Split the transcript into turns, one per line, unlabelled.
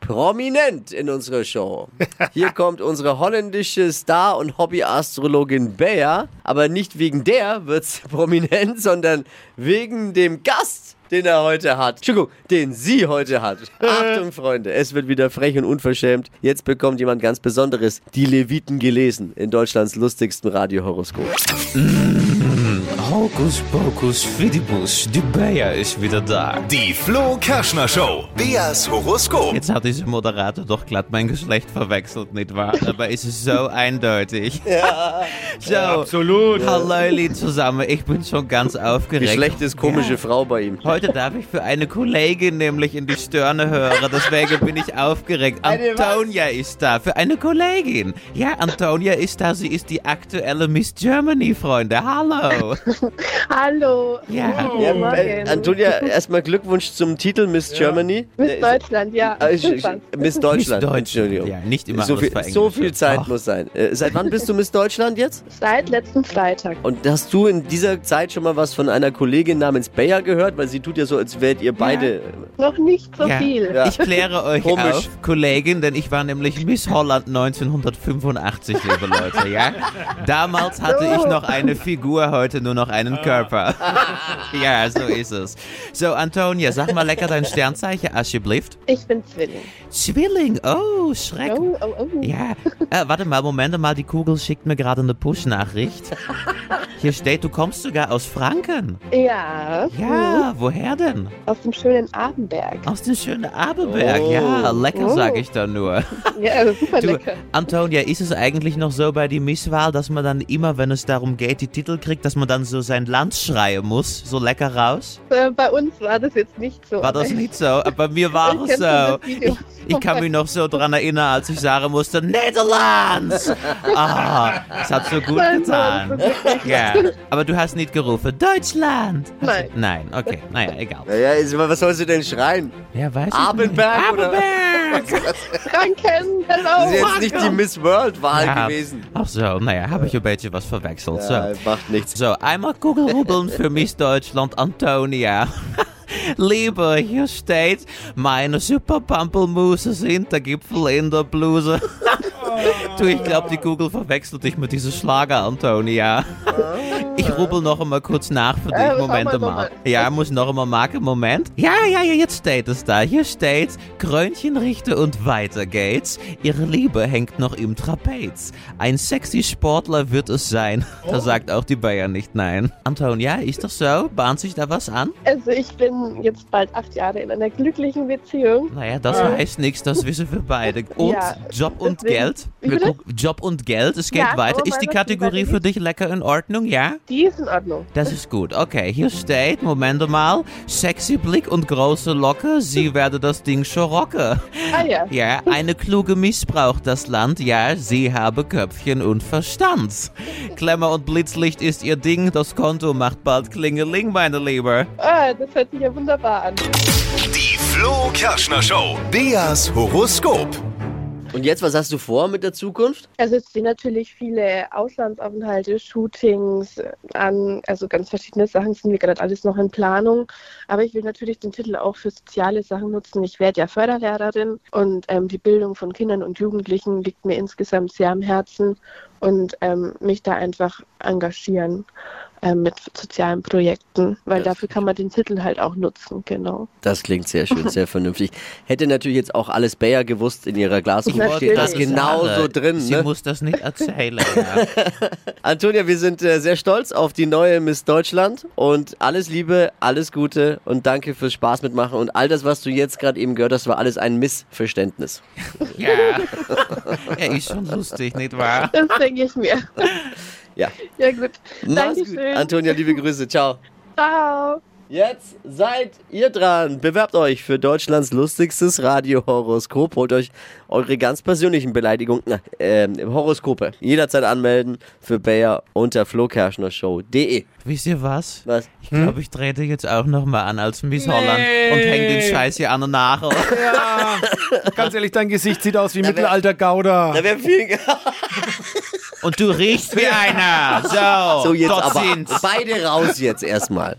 prominent in unserer Show. Hier kommt unsere holländische Star- und Hobby-Astrologin Bea, aber nicht wegen der wird's prominent, sondern wegen dem Gast, den er heute hat. Entschuldigung, den sie heute hat. Achtung, Freunde, es wird wieder frech und unverschämt. Jetzt bekommt jemand ganz Besonderes die Leviten gelesen in Deutschlands lustigstem Radiohoroskop.
Hokus pokus fidibus, die Bayer ist wieder da.
Die Flo Kerschner Show. Beas Horoskop.
Jetzt hat dieser Moderator doch glatt mein Geschlecht verwechselt, nicht wahr? Dabei ist es so eindeutig. Ja. So. absolut. Hallo, liebe zusammen. Ich bin schon ganz aufgeregt.
Geschlecht ist komische Frau bei ihm.
Heute darf ich für eine Kollegin nämlich in die Stirne hören, deswegen bin ich aufgeregt. Antonia ist da, für eine Kollegin. Ja, Antonia ist da, sie ist die aktuelle Miss Germany, Freunde. Hallo.
Hallo.
Ja.
Guten
Ja, äh,
Morgen.
Antonia, erstmal Glückwunsch zum Titel Miss Germany.
Miss Deutschland, ja.
Äh, ich- ich-
Super.
Miss Deutschland,
Miss Deutschland,
Entschuldigung.
ja, nicht immer
so
alles
viel, so
verenglischen.
viel Zeit
Ach.
muss sein. Äh, seit wann bist du Miss Deutschland jetzt?
Seit letzten Freitag.
Und hast du in dieser Zeit schon mal was von einer Kollegin namens Bayer gehört? Weil sie tut ja so, als wärt ihr beide.
Noch nicht so
Ja.
viel.
Ja.
Ich kläre euch
Komisch.
auf, Kollegin, denn ich war nämlich Miss Holland 1985, liebe Leute, ja? Damals hatte ich noch eine Figur, heute nur noch
Ah.
einen Körper. ja, so ist es. So, Antonia, sag mal lecker dein Sternzeichen, alsjeblieft.
Ich bin Zwilling.
Zwilling, oh, Schreck.
Oh, oh, oh.
Ja, äh, warte mal, Moment mal, die Kugel schickt mir gerade eine Push-Nachricht. Hier steht, du kommst sogar aus Franken.
Ja. Oh.
Ja, woher denn?
Mhm. Aus dem schönen Abenberg.
Aus dem schönen Aberberg.
Oh.
Ja, lecker, sag
Oh.
ich da nur.
Ah.
Ja, also super
Du,
lecker.
Antonia, ist es eigentlich noch so bei die Misswahl, dass man dann immer, wenn es darum geht, die Titel kriegt, dass man dann so sein Land schreien muss, so lecker raus?
Äh, bei uns war das jetzt nicht so.
War das nicht so? Aber Bei mir war
Oh, Ich
es
kenn schon
so.
das Video.
Ich, ich kann mich noch so dran erinnern, als ich sagen musste, Netherlands! Ah, es hat so gut
Nein, nein,
getan. Ja, aber du hast nicht gerufen, Deutschland! Hast
Nein.
du- Nein, okay, naja, egal.
Naja, ist- was sollst du denn schreien?
Ja, weiß ich
Abenberg,
nicht.
oder?
Abenberg!
Franken,
Das
hello.
ist jetzt nicht die Miss World-Wahl
Ja.
gewesen.
Ach so, naja, habe ich ein bisschen was verwechselt. So.
Ja, macht nichts.
So, einmal Kugelrubbeln für Miss Deutschland Antonia. Liebe, hier steht, meine Superpampelmuse sind der Gipfel in der Bluse. du, ich glaube, die Kugel verwechselt dich mit diesem Schlager, Antonia. ich rubbel noch einmal kurz nach für dich.
Oh. Äh, schau
Moment
mal,
mal.
schau mal.
Ja, muss noch einmal machen. Moment. Ja, ja, ja, jetzt steht es da. Hier steht, Krönchen richte und weiter geht's. Ihre Liebe hängt noch im Trapez. Ein sexy Sportler wird es sein.
Oh.
Da sagt auch die Bayern nicht nein. Anton, ja, ist das so? Bahnt sich da was an?
Also ich bin jetzt bald acht Jahre in einer glücklichen Beziehung.
Naja, das heißt nichts, das wissen wir beide. Und
Ja,
Job und
deswegen-
Geld?
Wie bitte?
Job und Geld, es geht
Ja,
weiter.
aber
Ist die
weil wir die
Kategorie
Batterie-
für dich lecker in Ordnung, ja?
Die ist in Ordnung.
Das ist gut. Okay, hier steht, Moment mal, sexy Blick und große Locke, sie werde das Ding schon rocken.
Ah ja.
Ja, eine kluge missbraucht das Land, ja, sie habe Köpfchen und Verstand. Klemmer und Blitzlicht ist ihr Ding, das Konto macht bald Klingeling, meine Liebe.
Ah, das hört sich ja wunderbar an.
Die Flo Kerschner Show. Beas Horoskop.
Und jetzt, was hast du vor mit der Zukunft?
Also es stehen natürlich viele Auslandsaufenthalte, Shootings äh, an, also ganz verschiedene Sachen sind mir gerade alles noch in Planung. Aber ich will natürlich den Titel auch für soziale Sachen nutzen. Ich werde ja Förderlehrerin und ähm, die Bildung von Kindern und Jugendlichen liegt mir insgesamt sehr am Herzen und ähm, mich da einfach engagieren ähm, mit sozialen Projekten, weil
Das-
dafür kann man den Titel halt auch nutzen, genau.
Das klingt sehr schön, sehr vernünftig. Hätte natürlich jetzt auch alles Bayer gewusst in ihrer Glaskugel.
wollte
Steht das
gerade
genauso
Schade,
drin.
Sie
ne?
muss das nicht erzählen. ja.
Antonia, wir sind äh, sehr stolz auf die neue Miss Deutschland und alles Liebe, alles Gute und danke fürs Spaß mitmachen und all das, was du jetzt gerade eben gehört hast, war alles ein Missverständnis.
ja. ja, ist schon lustig, nicht wahr?
Das denke ich mir.
Ah. Ja.
Ja gut.
Mach's gut.
Dankeschön.
Antonia, liebe Grüße. Ciao.
Ciao.
Jetzt seid ihr dran. Bewerbt euch für Deutschlands lustigstes Radiohoroskop. Holt euch eure ganz persönlichen Beleidigungen, ähm, Horoskope. Jederzeit anmelden für Bayer unter flokerschnershow.de.
Wisst ihr was?
Was?
Ich glaube, ich trete jetzt auch nochmal an als Miss Holland und hänge den Scheiß hier an der Nagel.
Ja, ganz ehrlich, dein Gesicht sieht aus wie mittelalter Gouda.
Da wäre viel.
Und du riechst wie einer. So,
So, jetzt
dort
aber.
sind's.
Beide raus jetzt erstmal.